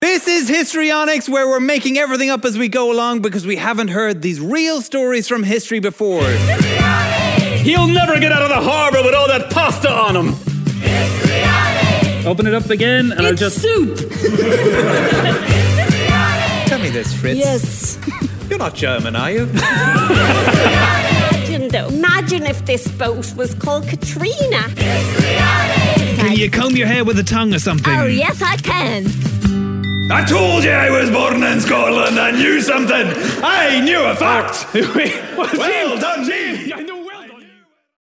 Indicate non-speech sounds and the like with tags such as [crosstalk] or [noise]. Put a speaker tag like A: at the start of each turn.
A: This is Histrionics, where we're making everything up as we go along because we haven't heard these real stories from history before.
B: He'll never get out of the harbor with all that pasta on him. Open it up again, and I'll
C: It's
B: just.
C: soup.
A: Tell me this, Fritz.
C: Yes.
A: You're not German, are you?
D: Imagine though, imagine if this boat was called Katrina.
E: Can [laughs] you comb your hair with a tongue or something?
D: Oh yes, I can.
B: I told you I was born [laughs] in Scotland. I knew something. I knew a fact. well done, team.